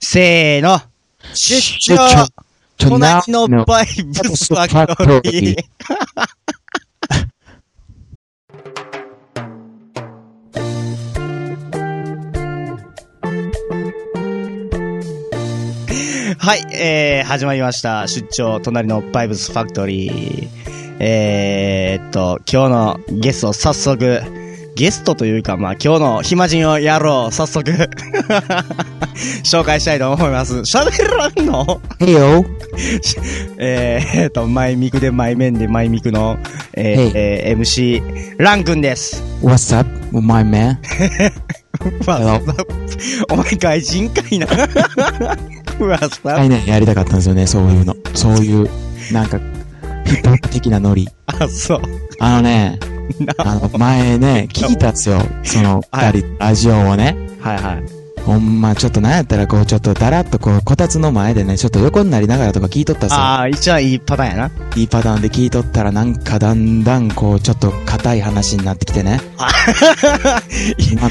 せーの。出張隣のバイブスファクトリー。 はい、えー、始まりました。出張隣のバイブスファクトリー。えーっと、今日のゲスト、早速、ゲストというか、まあ、今日の暇人をやろう、早速、 紹介したいと思います。喋らんの Hey yo, えー、えーっと、マイミクで、マイメンで、マイミクの、えーはいえー MC、ラン君です。 what's up, my man? まあ Hello お前外人かいな。 うわ、さ、来年やりたかったんですよね、そういうの。そういう、なんか、ヒップホップ的なノリ。あ、そう。あ のね、あの、前ね、聞いたんですよ。その、はい二人、ラジオをね。はいはい。ほんま、ちょっとなんやったら、こう、ちょっとだらっと、こう、こたつの前でね、ちょっと横になりながらとか聞いとったんですよ。ああ、一番いいパターンやな。いいパターンで聞いとったら、なんかだんだん、こう、ちょっと硬い話になってきてね。今の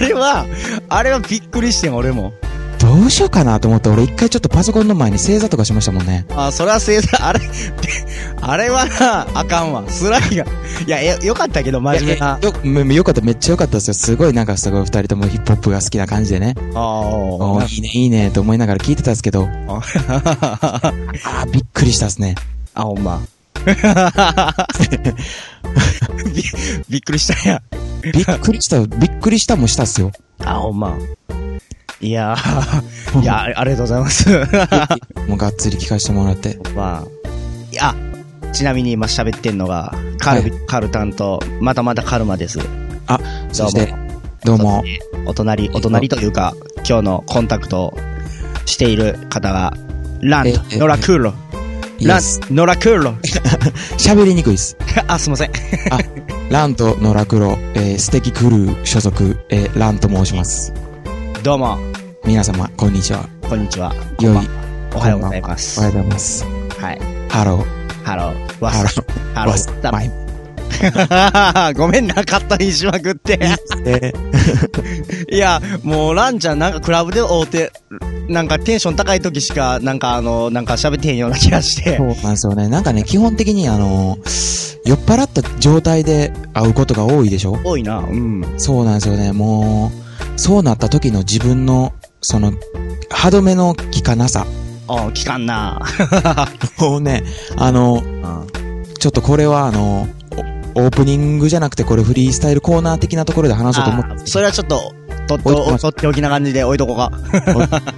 あれは、あれはびっくりしてん、俺も。どうしようかなと思って、俺一回ちょっとパソコンの前に正座とかしましたもんね。あ、それは正座、あれ、 あれはな、あかんわ。スライが。いや、よよかったけど、真面目な。あよ、めよかった、めっちゃよかったですよ。すごいなんかすごい二人ともヒップホップが好きな感じでね。おあーいいね、いいね、と思いながら聞いてたんですけど、あ ー。ー、びっくりしたっすね。あ、ほんま。び びっくりしたんや。びっくりした、びっくりしたもした っすよ。あ、ほんま。いや ー、いや、あありがとうございます。もうがっつり聞かせてもらって。まあ、いや、ちなみに今喋ってんのが、カル、カルタンと、またまたカルマです。あ、どうそもして、どうも、お隣、お隣というか、今日のコンタクトをしている方が、ランえとえノラクーロ。イラエン ス。、ノラクーロ。喋りにくいっす。あ、すいません。あ、ランとノラクロ、えー、素敵クルー所属、えー、ランと申します。どうも、皆様、こんにちは。こんにちは。良いこんばんはおはようございます。おはよはうございます。い。ハロー、ハロー、ワハロッサー、ハロワー、ダッマイ。メ。 ごめんな、勝ったりしまくって。 えいや、もう、ランちゃんなんかクラブで会うて、なんかテンション高い時しか、なんかあの、なんか喋ってへんような気がして そう。なんですよね。なんかね、基本的にあの、酔っ払った状態で会うことが多いでしょ多いな、うん。そうなんですよね。もう、そうなった時の自分の、その、歯止めの効かなさ。 あ聞かんな。もうね、あの、うんちょっとこれはあの、おオープニングじゃなくてこれフリースタイルコーナー的なところで話そうと思ってあーそれはちょっと、とっ置いときと、ますとっておきな感じで置いとこうか。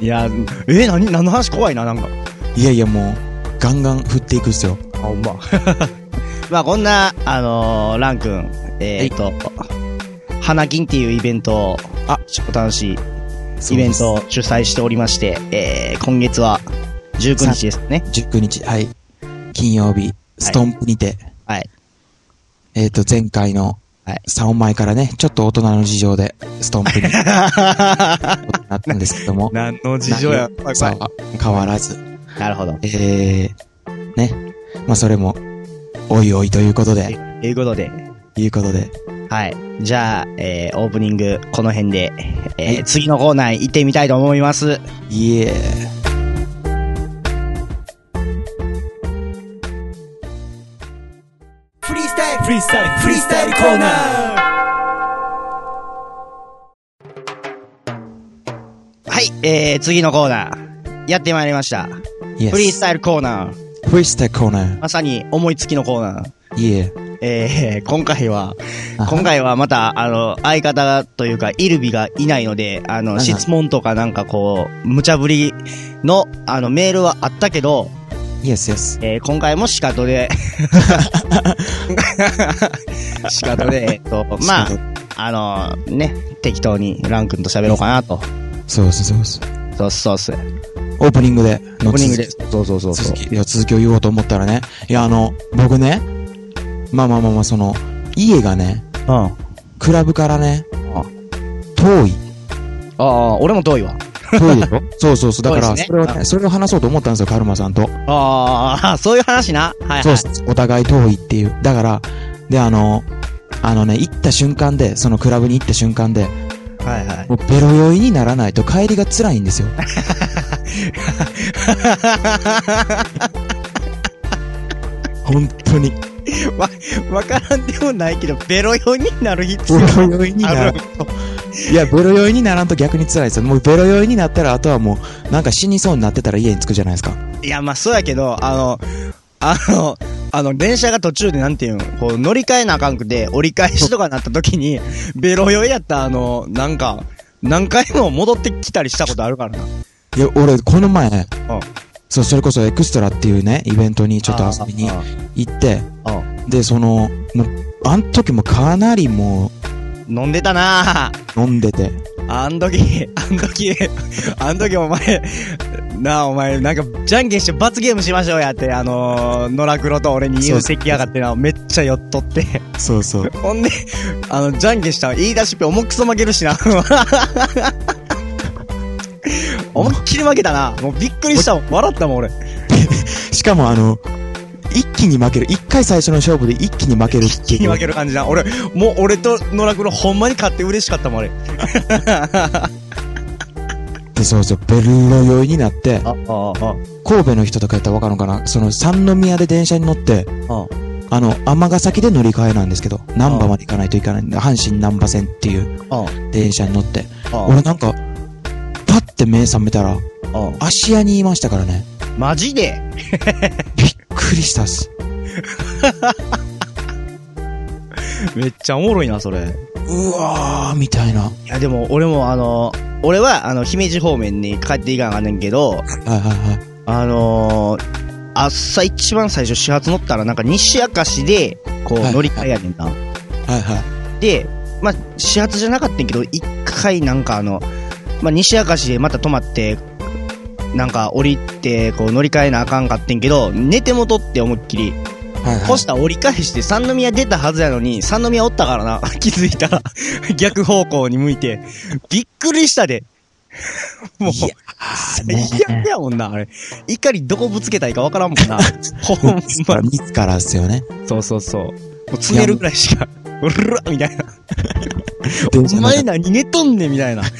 いや、え、なに、何の話怖いな、なんか。いやいやもう、ガンガン振っていくっすよ。あ、ほんま。 まあ、こんな、あのー、ラン君、えー、っと、花金っていうイベントを、あちょっと楽しいそイうベでンすトを主催しておりまして、えー、今月は19日ですね。 19日、はい。金曜日、ストンプにて、はい。えっ、と、前回のはい、 3音前からね、ちょっと大人の事情で、ストンプになったんですけど も、何のさは変わらず、なるほど。えー、ね、まあ、それも、おいおいということで、ということで、いうことで、はい。じゃあ、えー、オープニング、この辺で、えーはい次のコーナー行ってみたいと思います。イエーフリースタイルフリースタイルフリースタイルコーナーはい、えー、次のコーナー、やってまいりました。イエフリーススタイルコーナー、フリースタイルコーナー、まさに思いつきのコーナー。イエーえー、今回はあ、今回はまた、あの、相方というか、イルビがいないので、あいの、はい質問とかなんかこう、無茶ぶりの、あの、メールはあったけど、イエスイエス。えー今回もシカト で、シカトで、えっと、ま仕あ、あのね、適当にラン君と喋ろうかなと。そうです、そうです。そうそうそう。オープニングで、オーのプニング続でき、。そうそうそうそう続。き、いや、続きを言おうと思ったらね、いや、あの、僕ね、まあまあまあまあ、その、家がね、うん。あクラブからね、あ遠い。あ、俺も遠いわ。遠いでしょ そうそうそう。だかそうら、ですねそれをね、それを話そうと思ったんですよ、カルマさんと。ああ、そういう話な。はい、はい。そうです。お互い遠いっていう。だから、で、あの、あのね、行った瞬間で、そのクラブに行った瞬間で、はいはい。もうベロ酔いにならないと帰りが辛いん ですよ。本当に。わ、わからんでもないけど、ベロ酔いになる必ベ要ロ酔いになあらんる。と。いや、ベロ酔いにならんと逆に辛いですよ。もうベロ酔いになったら、あとはもう、なんか死にそうになってたら家に着くじゃないですか。いや、まあ、そうやけど、あの、あの、あの、電車が途中でなんていうん、こう、乗り換えなあかんくて、折り返しとかなった時に、ベロ酔いやった、あの、なんか、何回も戻ってきたりしたことあるからな。いや、俺、この前、うん。そう、それこそエクストラっていうね、イベントにちょっと遊びにあ行って、ああで、その、もう、あの時もかなりも飲んでたなあう、飲んでて。あん時、あん時、あん時お前、なあお前、なんか、じゃんけんして罰ゲームしましょうやって、あのー、野良黒と俺に言うてきやがってな、めっちゃ酔っとって。そうそう。ほんで、あの、じゃんけんしたら言い出しっぺ重くそ負けるしな。 思いっきり負けたな。もうびっくりしたもん。笑ったもん、俺。しかもあの、一気に負ける。一回最初の勝負で一気に負ける一気に負ける感じな。俺、もう俺と野良黒ほんまに勝って嬉しかったもん、あれ。で、そうそう、ベロ酔いになって、あ、あ、あ、神戸の人とかやったらわかるのかなその三宮で電車に乗って、あ、あの、尼崎で乗り換えなんですけど、難波まで行かないといかないんで、阪神難波線っていうあ、電車に乗って、あ、俺なんか、パッて目覚めたら、あ、芦屋にいましたからね。マジでびっくりしたっす。めっちゃおもろいな、それ。うわー、みたいな。はいや、でも俺もあの、俺はあの、姫路方面に帰っていかなあかんねんけど、いはいはい。あのー、朝一番最初始発乗ったらなんか西明石で、こうはい乗り換えやねんな。はいはい。で、まあ、始発じゃなかったんやけど、一回なんかあの、まあ、西明石でまた止まって、なんか降りて、こう乗り換えなあかんかってんけど、寝てもとって思いっきり。はいはい。干したら折り返して三宮出たはずやのに、三宮おったからな。 気づいたら、逆方向に向いて、びっくりしたで。 もう、いやーね最悪やもんな、あれ。怒りどこぶつけたいかわからんも んな。ほんまに。自らっすよね。そうそうそう。もう詰めるぐらいしか、うるらみたいな。電お車の中前何寝とんねんみたいな。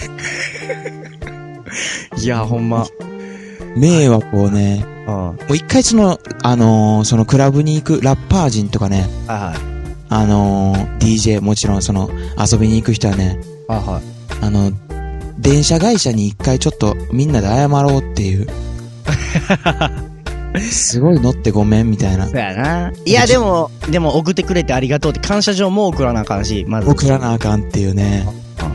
いや、ほんま。迷惑をね、うん。はいもう一回その、あのーそのクラブに行くラッパー人とかね、はい。あのー DJ もちろんその遊びに行く人はね、はいはい。あの、電車会社に一回ちょっとみんなで謝ろうって いう。すごい乗ってごめんみたいな。そうやな。いや、でも、でも送ってくれてありがとうって感謝状も送らなあかんし、まず。送らなあかんっていうね。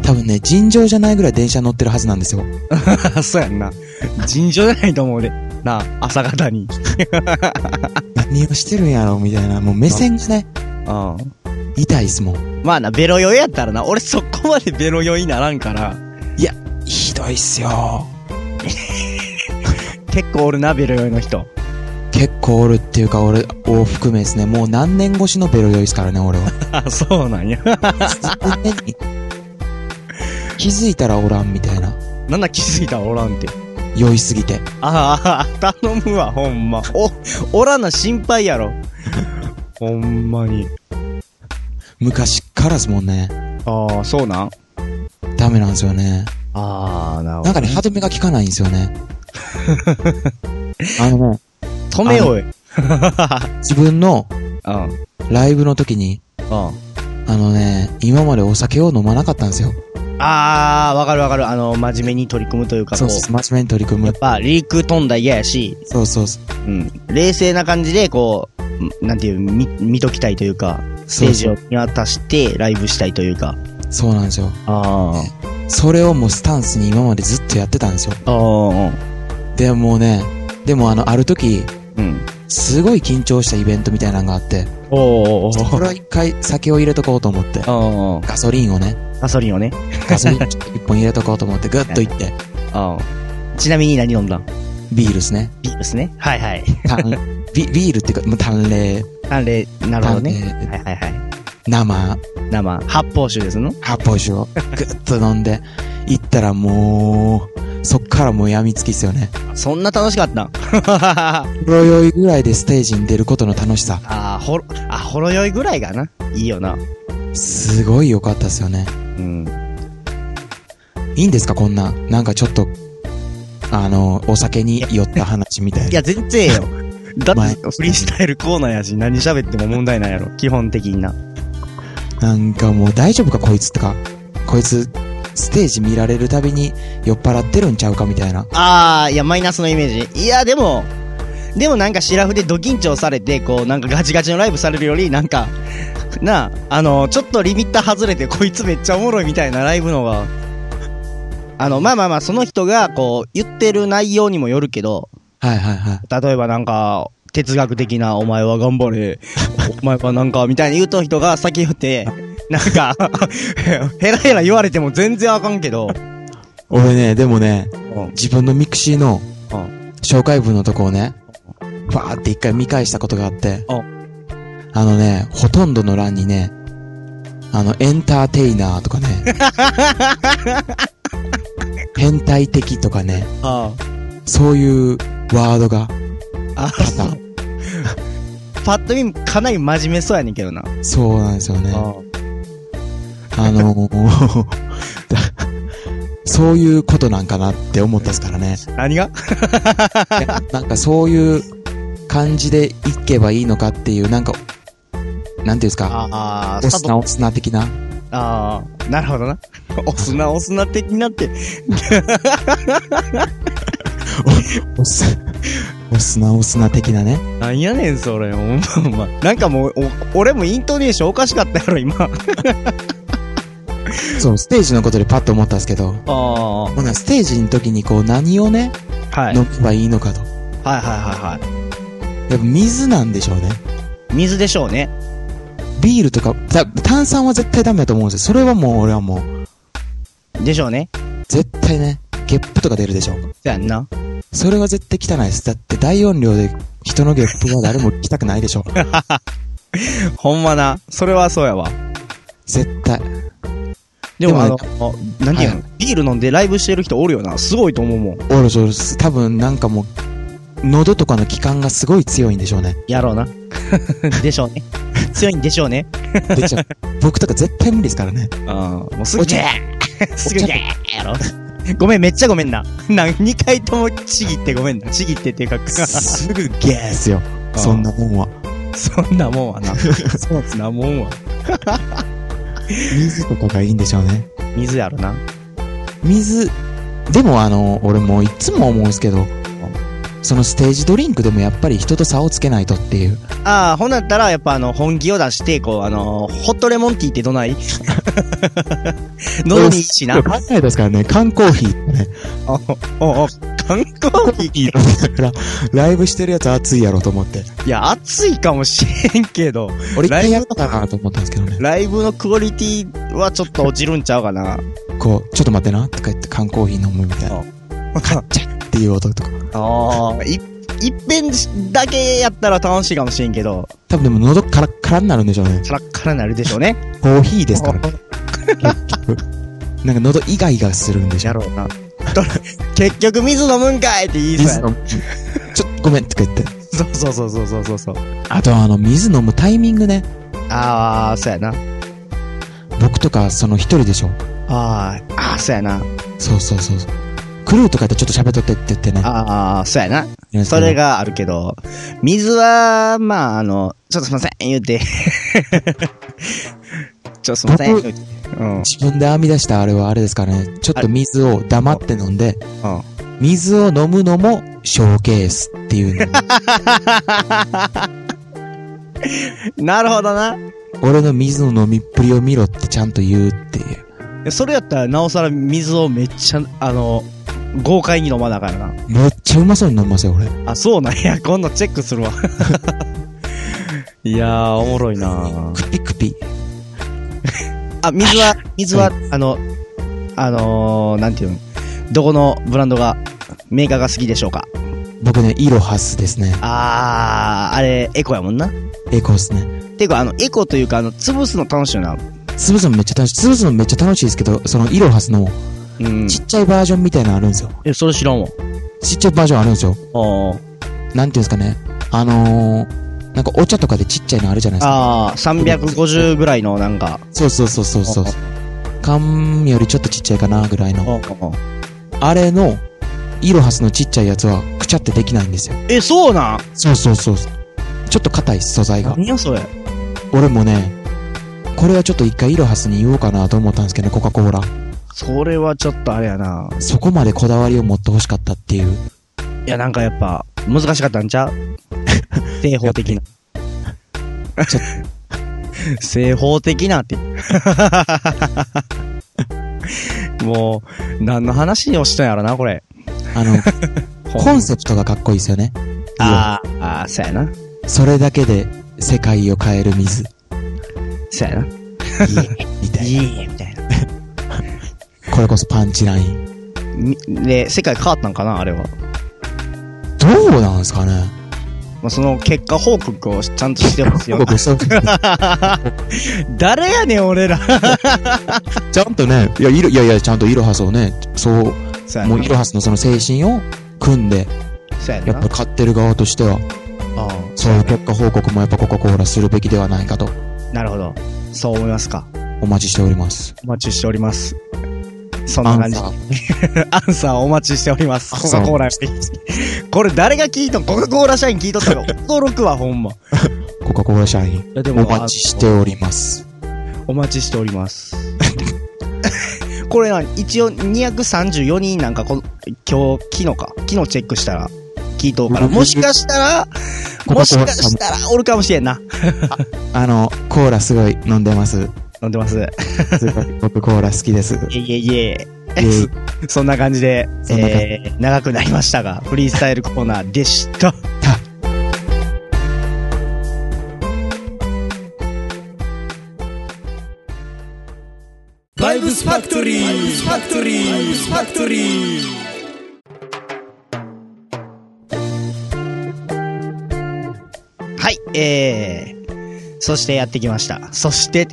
多分ね、尋常じゃないぐらい電車乗ってるはずなんですよ。 あ、そうやんな。尋常じゃないと思うで。なあ、朝方に。何をしてるんやろみたいな。もう目線がね、うん。痛いっすもん。まあな、ベロ酔いやったらな、俺そこまでベロ酔いならんから、ひどいっすよ。結構おるな、ベロ酔いの人。結構おるっていうか俺を含めですね、もう何年越しのベロ酔いですからね、俺 は。あ、そうなんや。 常に気づいたらおらんみたいな。なんだ気づいたらおらんて。酔いすぎて。ああ、頼むわ、ほんま。お、おらな心配やろ。 ほんまに。昔からですもんね。ああ、そうなんダメなんですよね。ああ、なるなんかね、歯止めが効かないんですよね。 あのも止めようよ。う、自分のうん。うん。ライブの時に、あのね、今までお酒を飲まなかったんですよ。ああ、わかるわかる。あの、真面目に取り組むというか、そこうそう、真面目に取り組う。やむっ。ぱ、リーク飛んだら嫌やし、そうそうそう。うん。冷静な感じで、こう、んなんていう、見、見ときたいというか、ステージを見渡して、ライブしたいというか。そうなんですよ。あそれをもうスタンスに今までずっとやってたんですよ。あ。ああ。で、もうね、でもあの、ある時、うん。すごい緊張したイベントみたいなのがあって、おおちょっと これは一回酒を入れとこうと思って、おガソリンをね、ガソリンをね。ガソリンちょっと一本入れとこうと思って、ぐっといって、ああ。ちなみに何飲んだんビールですね。ビールですね。はいはい。単ビビールっていうか、もう単麗、淡麗、なるほどね。淡麗はいはいはい。生、生、発泡酒ですの発泡酒をぐっと飲んで、行ったらもう、そっからもう病みつきっすよね。そんな楽しかったんほろ酔いぐらいでステージに出ることの楽しさ、あー、ほろ、あ、ほろ酔いぐらいかな。いいよな。すごい良かったっすよね。うん。いいんですかこんな。なんかちょっと、あの、お酒に酔った話みたいいな。や、全然ええ よ。だまあって、フリースタイルコーナーやし、何喋っても問題ないやろ。基本的にな。なんかもう大丈夫かこいつとか。こいつ、ステージ見られるたびに酔っ払ってるんちゃうかみたいな。あー、いや、マイナスのイメージ。いや、でも、でもなんかシラフでド緊張されて、こう、なんかガチガチのライブされるより、なんか、なあ、あの、ちょっとリミッター外れて、こいつめっちゃおもろいみたいなライブのが、あの、まあまあまあ、その人が、こう、言ってる内容にもよるけど、はいはいはい。例えばなんか、哲学的な、お前は頑張れ、お前はなんか、みたいに言うと人が先言って、なんか、 ヘラヘラ言われても全然あかんけど、俺ね、でもね、うん自分のミクシーのうん紹介文のとこをね、バーって一回見返したことがあってう、あのね、ほとんどの欄にね、あの、エンターテイナーと かね、変態的とかね、あそういうワードがあ、多々、パッと見かなり真面目そうやねんけどな。そうなんですよね。ああのー だそういうことなんかなって思ったっすからね。何がいや なんかそういう感じでいけばいいのかっていう、なんか、なんていうんですか、あお砂、お砂的な。ああ、なるほどな。 お砂、お砂的になって、お 砂、お砂、お砂的なね。なんやねん、それ。ほんまほんま。 なんかもう、お俺もイントネーションおかしかったやろ、今。あそう、ステージのことでパッと思ったんですけど、あ、はい。ほな、ステージの時にこう何をね、はいはい飲めばいいのかと。はいはいはやっぱ水なんでしょうね。い。水でしょうね。ビールとか、た炭酸は絶対ダメだと思うんですよ。それはもう俺はもう、でしょうね。絶対ね、ゲップとか出るでしょう。そやんな。それは絶対汚いです。だって大音量で人のゲップは誰も聞きたくないでしょ。 ほんまな。それはそうやわ。絶対。でも、あでのも、あなんていうの、はビール飲んでライブしてる人おるよな。すごいと思うもん。おろそろす。多分なんかもう、喉とかの気管がすごい強いんでしょうね。やろうな。 でしょうね。強いんでしょうね。でちょ僕とか絶対無理ですからね。うん。もうすぐお茶ゲ ーすぐゲーやろ。ごめん、めっちゃごめんな。な、二回ともちぎってごめんな。ちぎってっていうか、すぐゲーっすよ。 あーそんなもんは。そんなもんはな。そうつなもんは。水とかがいいんでしょうね。水やろな。水、でもあの、俺もういつも思うんですけど、そのステージドリンクでもやっぱり人と差をつけないとっていう。ああ、ほんなったら、やっぱあの、本気を出して、こう、あの、ホットレモンティーってどない 喉にいいしな。考えですからね、缶コーヒーってね。おおお缶コーヒーだから、ライブしてるやつ熱いやろと思って。いや、熱いかもしれんけど、俺一回やったかなと思ったんですけどね。ライブのクオリティはちょっと落ちるんちゃうかな。こう、ちょっと待ってなとか言って缶コーヒー飲むみたいな。っていう音とか。ああ、い、いっぺんだけやったら楽しいかもしれんけど、多分でも喉カラッカラになるんでしょうね。カラッカラになるでしょうね。コーヒーですから。なんか喉イガイガするんでしやょ。ろうな。と 結局水飲むんかいって言い水そう飲む。ちょっとごめんとか言って。や。そうそうそうそうそうそう。あとあの、水飲むタイミングね。ああ、そうやな。僕とかその一人でしょ。あーあー、そうやな。そうそうそうそう。クルーとかでちょっと喋っとってって言ってね。ああ、そうやな。それ。があるけど、水は、まあ、あの、ちょっとすいません、言うて。 ちょっとすいません、言うて。うん、うん。自分で編み出したあれはあれですからね。ちょっと水を黙って飲んで、あ水を飲むのもショーケースっていうの。なるほどな。俺の水の飲みっぷりを見ろってちゃんと言うっていう。それやったら、なおさら水をめっちゃ、あの、豪快に飲まなあからな。めっちゃうまそうに飲ますよ、俺。あ、そうなんや。今度チェックするわ。 いやー、おもろいなクピクピ。あ、水は、水は、あの、あのー、なんていうのどこのブランドが、メーカーが好きでしょうか僕ね、イロハスですね。あー、あれ、エコやもんな。エコーですね。ていうか、あの、エコというか、あの、潰すの楽しいよな。潰すのめっちゃ楽しい。潰すのめっちゃ楽しいですけど、そのイロハスのうん。ちっちゃいバージョンみたいなのあるんですよ。え、それ知らんわ。ちっちゃいバージョンあるんですよ。あーなんていうんですかね。あのー、なんかお茶とかでちっちゃいのあるじゃないですか。あー、350ぐらいの、なんか、そうそうそうそうそう。缶よりちょっとちっちゃいかなぐらいの。あれの、イロハスのちっちゃいやつは、くちゃってできないんですよ。え、そうなんそうそうそうそう。ちょっと硬い素材が。何やそれ。俺もね、これはちょっと一回イロハスに言おうかなと思ったんですけどね、コカ・コーラ。それはちょっとあれやな。そこまでこだわりを持ってほしかったっていう。いや、なんかやっぱ、難しかったんちゃう 製法的な。ちょっ製法的なって。 もう、何の話をしたんやろな、これ。あの、コンセプトがかっこいいですよね。あーあー、そうやな。それだけで世界を変える水。そうやな。みたいいいね、みたいな。な。これこそパンチライン。みで、世界変わったんかな、あれは。どうなんですかねまあ、その結果報告をちゃんとしてますよ。僕 そうち誰やねん、俺ら。ゃんとね、いや、いろいやいや、ちゃんとイロハスをね、そう、そうやもなうイロハスのその精神を組んで、そうやな。やっぱ買ってる側としては、あそういう結果報告もやっぱコカ・コーラするべきではないかと、あなるほど。そう思いますか。お待ちしております。お待ちしております。そんアな感ンじ。サー。アンサーお待ちしております。アンコサカ・ーコーラより。これ誰が聞いたのコカ・コーラ社員聞いとったら驚くわ、ほんま。いコカ・コーラ社員、や、でお待ちしております。お待ちしております。これな、一応234人なんかこの、今日、昨日か。昨日チェックしたら、聞いとうから。もしかしたら、コカコーラもしかしたら、おるかもしれんな。あの、コーラすごい飲ん でます。飲んでます。すごい僕コーラ好きです。いえいえいえ。イエイそんな感じで、そんな感じえー、長くなりましたが、フリースタイルコーナーでした。バイブスファクトリーバイブスファクトリーバイブスファクトリーはい、えー、そしてやってきました。そして、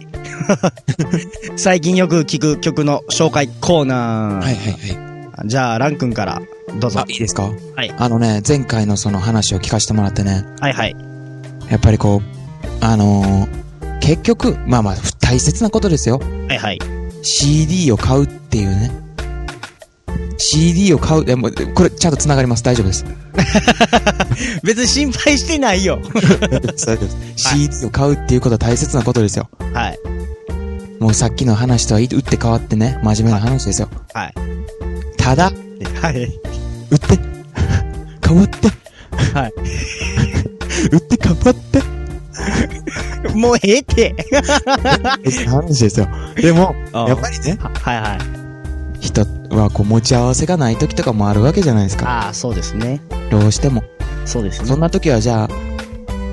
最近よく聞く曲の紹介コーナー。はいはいはい。じゃあ、ラン君から、どうぞあ、。いいですかはいあのね、前回のその話を聞かせてもらってね、はいはい。やっぱりこう、あのー結局、まあまあ、大切なことですよ。はいはい。 CD を買うっていうね。CD を買う、え、もう、これちゃんと繋がります。大丈 夫です。別に心配してないよ。 大丈夫です大丈夫です。CD を買うっていうことは大切なことですよ。はい。もうさっきの話とは打って変わってね、真面目な話ですよ。はい。ただ、はい。売って、 変わって、 はい。売って変わって、もうええって。って話ですよ。でも、ああやっぱりね、はいはい。人はこう持ち合わせがない時とかもあるわけじゃないですか。ああ、そうですね。どうしても。そうですそねん。な時はじゃあ、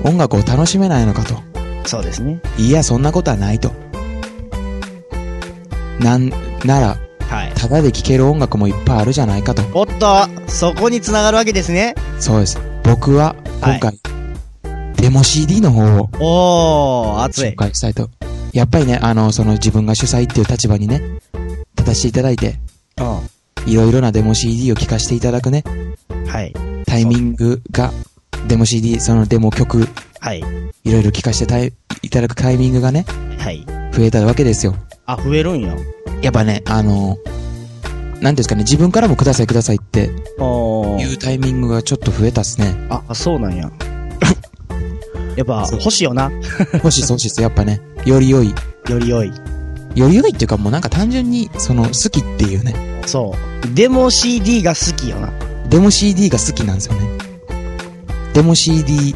音楽を楽しめないのかと。そうですね。いや、そんなことはないと。なん、なら、はい。ただで聴ける音楽もいっぱいあるじゃないかと。おっと、そこに繋がるわけですね。そうです。僕は、今回、デモ CD の方をおー、熱い紹。介したいと。やっぱりね、あの、その自分が主催っていう立場にね、立たせていただいて、ういろいろなデモ CD を聴かせていただくね、ん。はい。タイミングが、デモ CD、そのデモ曲、はい。いろいろ聴かせてたいいただくタイミングがね、はい。増えたわけですよ。あ、増えるんや。やっぱね、あの、なんていうんですかね、自分からもくださいくださいっておいうタイミングがちょっと増えたっ すね。あ、そうなんや。やっぱ、そう欲しいよな。もしそうしです、やっぱね、より良い。より良い。より良いっていうかもうなんか単純に、その、好きっていうね。そう。でも CD が好きよな。デモ CD が好きなんですよね。デモ CD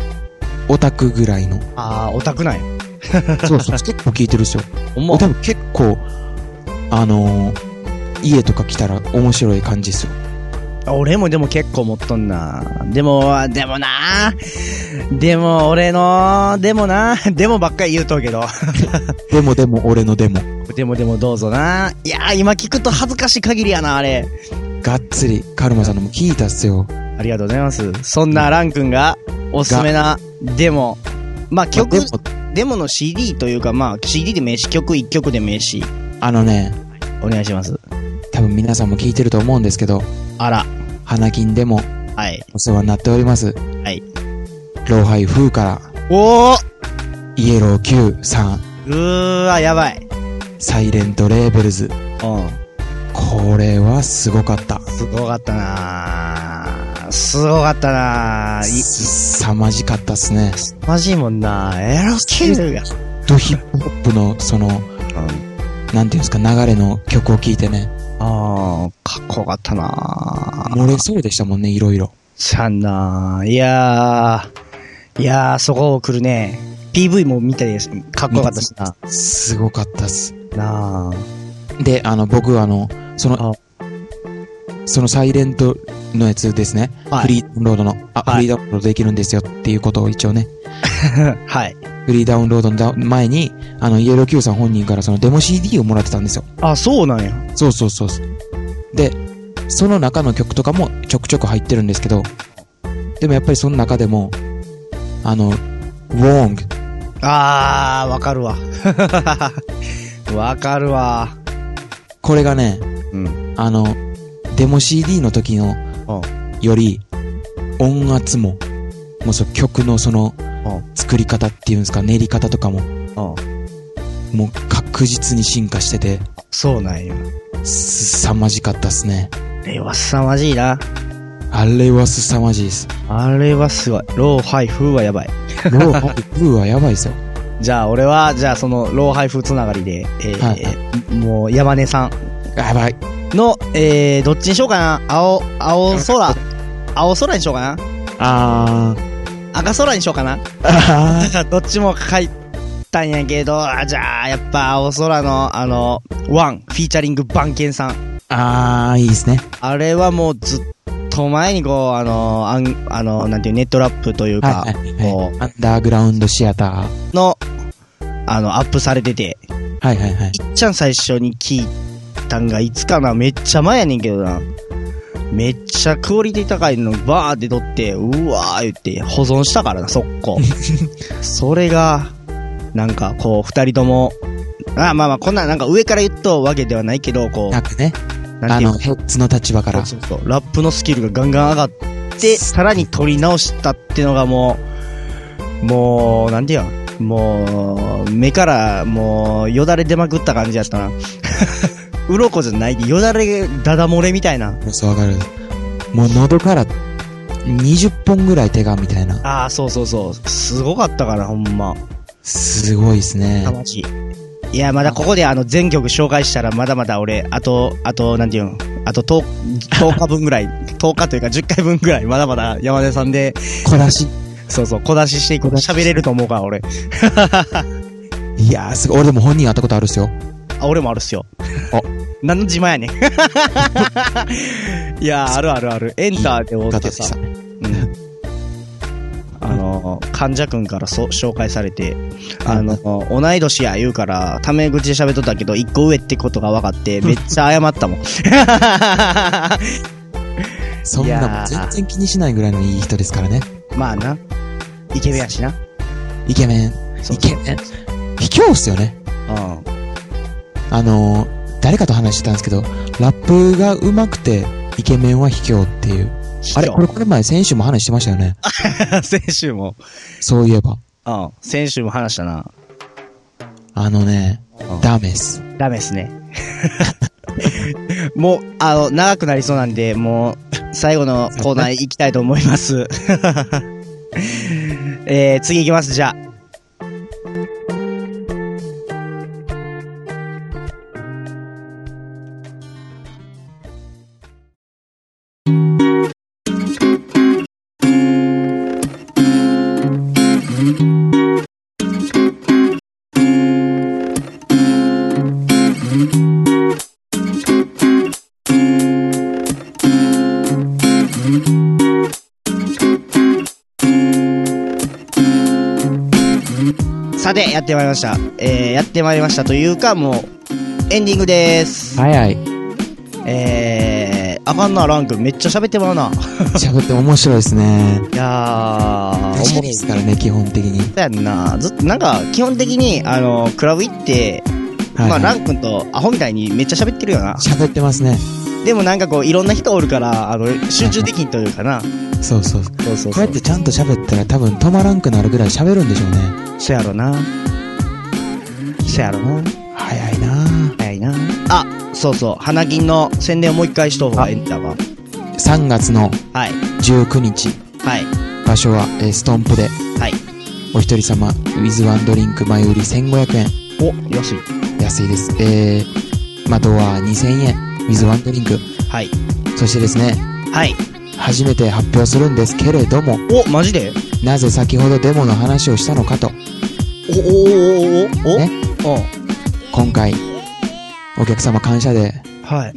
オタクぐらいの。あー、オタクなんや。そうそう、 結構聞いてるっすよ。思多分結構、あのー、家とか来たら面白い感じっすよ。俺もでも結構持っとんな。でも、でもな。でも、俺の、でもな。でもばっかり言うとうけど。でもでも俺のでも。でもでもどうぞな。いやー、今聞くと恥ずかしい限りやな、あれ。がっつり、カルマさんのも聞いたっすよ。ありがとうございます。そんなラン君が、おすすめな、デモ。まあ、曲、まあでもデモの CD というか、まあ、CD で名詞、曲1曲で名詞、あのね、お願いします。多分皆さんも聞いてると思うんですけど、あら、花金でもはい。お世話になっております。はい。老廃風から、おーイエロー Q さん、うーわ、やばい。サイレントレーベルズ。うこれはすごかった。ん。すごかったなぁ。すごかったなぁ。いすさまじかったっすね。マジいもんなぁ。エロスキルが。ドヒップホップの、その、うん。なんていうんですか、流れの曲を聴いてね、ああ、かっこよかったなぁ。漏れそうでしたもんね、いろいろ。ちゃんなぁ。いやーいやーそこを来るね。PV も見たりし、かっこよかったしな。すごかったっす。なあで、あの、僕、あの、その、そのサイレントのやつですね。はいフリーダウンロードの、あ、はいフリーダウンロードできるんですよっていうことを一応ね、はい。フリーダウンロードのだ前に、あの、イエロー Q さん本人からそのデモ CD をもらってたんですよ。あ、そうなんや。そうそうそうそう。で、その中の曲とかもちょくちょく入ってるんですけど、でもやっぱりその中でも、あの、Wrong あー、わかるわ。 わかるわ。これがね、うん。あの、デモ CD の時のうん。より、音圧も、もうその曲のその、作り方っていうんですか、練り方とかも、うん。うん。もう確実に進化してて、そうなんや。すさまじかったっすね。あれは凄まじいな。あれはすさまじいです。あれはすごい。ローハイ風はやばい。ローハイブーはやばいですよ。じゃあ、俺は、じゃあ、その、ローハイ風つながりで、えーはいもう、山根さやばい。んの、えー、どっちにしようかな。青、青空。青空にしようかな。あー。赤空にしようかな。あ どっちも書いたんやけど、あじゃあ、やっぱ青空の、あの、ワン、フィーチャリング番犬さん。ー、あーいいですね。あれはもうずっと前にこう、あの、あん、あの、なんていう、ネットラップというか、はいはいはこい。アンダーグラウンドシアター。う、の、あの、アップされてて、はいはいはい。いっちゃん最初に聞いたんがいつかな、めっちゃ前やねんけどな。めっちゃクオリティ高いのバーって撮って、うわー言って保存したからな、速攻。それが、なんかこう、二人とも、あまあまあ、こんな、なんか上から言ったわけではないけど、こなくね、う、なあんていうの、ヘッズの立場からそう。そうそうラップのスキルがガンガン上がって、さらに取り直したってのがもう、もう、なんていうのもう、目から、もう、よだれ出まくった感じやったな。 鱗じゃないで、よだれ、だだ漏れみたいな。そうわかる。もう喉から20本ぐらい手がみたいな。ああ、そうそうそう。すごかったから、ほんま。すごいですね。マジ。いや、まだここであの、全曲紹介したら、まだまだ俺、あと、あと、なんていうのあと10、10日分ぐらい、10日というか10回分ぐらい、まだまだ山根さんで小出し。そうそう、小出ししていく。小出し喋れると思うから、俺。いやー、すごい。俺でも本人会ったことあるっすよ。あ、俺もあるっすよ。あ何の自慢やねん。 いやー、あるあるある。エンターで追っ方てでさし。たね。うんあのー、患者君からそ紹介されて、あのー、同い年や言うから、タメ口で喋っとったけど、一個上ってことが分かって、めっちゃ謝ったもん。 そんなもん全然気にしないぐらいのいい人ですからね。まあな。イケメンやしな。イケメン。そうイケメン。卑怯っすよね。うん。あのー、誰かと話してたんですけど、ラップが上手くて、イケメンは卑怯っていう。あれこれこれ前先週も話してましたよね。 先週も。そういえば。うん。先週も話したな。あのねうん、ダメっす。ダメですね。 もう、あの、長くなりそうなんで、もう、最後のコーナー行きたいと思います。 えー、次行きます、じゃあ。さて、やってまいりました。えー、やってまいりましたというか、もう、エンディングです。早い。えー、あかんな、ラン君。めっちゃ喋ってまうな。喋って面白いですね。いやー、面白いですからね、基本的に。だやんな。ずっと、なんか、基本的に、あの、クラブ行って、はいまあ、はいラン君とアホみたいにめっちゃ喋ってるよな。喋ってますね。でもなんかこう、いろんな人おるから、あの、集中できんというかな。そうそう。そうそうこうやってちゃんと喋ったら多分止まらんくなるぐらい喋るんでしょうね。そやろな。そやろな。早いないな。あ、そうそう。花銀の宣伝をもう一回しとう方がええんだわ。 3月のはい。 19日、はい。場所は、えーストンプで、はい。お一人様、ウィズワンドリンク前売り1500円。お、安い。安いです。えー、まあ、ドア2000円、ウィズワンドリンク。はい。そしてですね、はい。初めて発表するんですけれども、お、マジでなぜ先ほどデモの話をしたのかと、お、お、お、お、お、ねお、今回、お客様感謝で、うん。はい。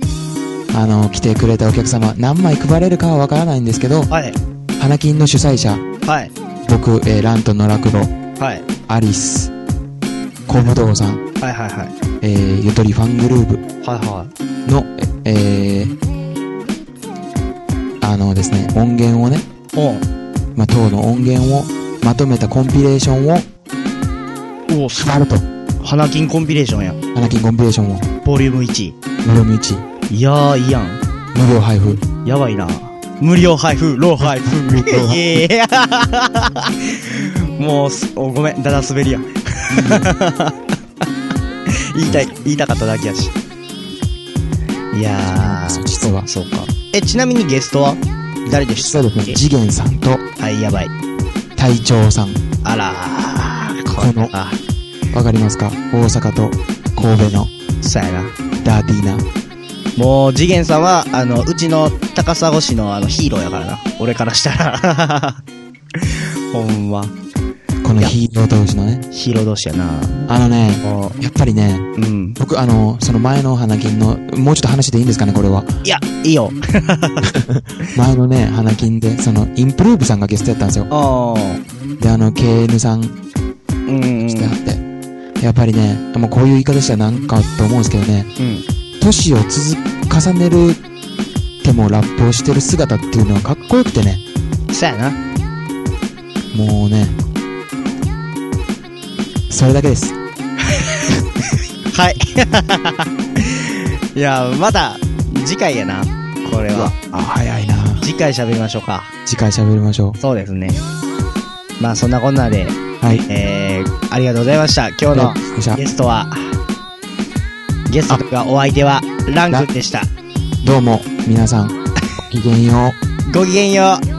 あの、来てくれたお客様、何枚配れるかはわからないんですけど、はい。花金の主催者、はい。僕、えー、ラントの落語、はい。アリス、コムドウさん、はいはいはい。えー、ゆとりファングルーブはいはい。の、ええー、あのですね、音源をね、うまあ、当の音源をまとめたコンピレーションをん。お、す配ると。花金コンピレーションや。花金コンピレーションをボリューム1。無料無1、いやー、いいやん。無料配布。やばいな。無料配布、ロー配布。いや もうす、お、ごめん、だだ滑りや。 言いたい、言いたかっただけやし。いやそうー、実は。そうか。え、ちなみにゲストは誰でし実たはですね、次元さんとはい、やばい。隊長さん。あらー、ここのの、あ、わかりますか大阪と神戸のそうやな。ダーティーな。もう、次元さんは、あの、うちの高砂市のあのヒーローやからな。俺からしたら。 ほんま、このヒーロー同士のね。ヒーロー同士やな。あのね、もやっぱりね、う、うん。僕あの、その前の花金の、もうちょっと話でいいんですかね、これは。いや、いいよ。前のね、花金で、その、インプルーブさんがゲストやったんですよ。ああ、で、あの、KN さんしうんうん。てあって。やっぱりね、もうこういう言い方したらなんかと思うんですけどね、うん。年を続く、重ねるてもラップをしてる姿っていうのはかっこよくてね、そうやな。もうね、それだけです。はい。 いや、また、次回やな。これは。あ、早いな次回喋りましょうか。次回喋りましょそうですね。まあ、そんなこんなで、う。はい。えー、ありがとうございました。今あ日じゃのゲストは、ゲストがお相手は、ランクでした。どうも、皆さん、ごきげんよう。ごきげんよう。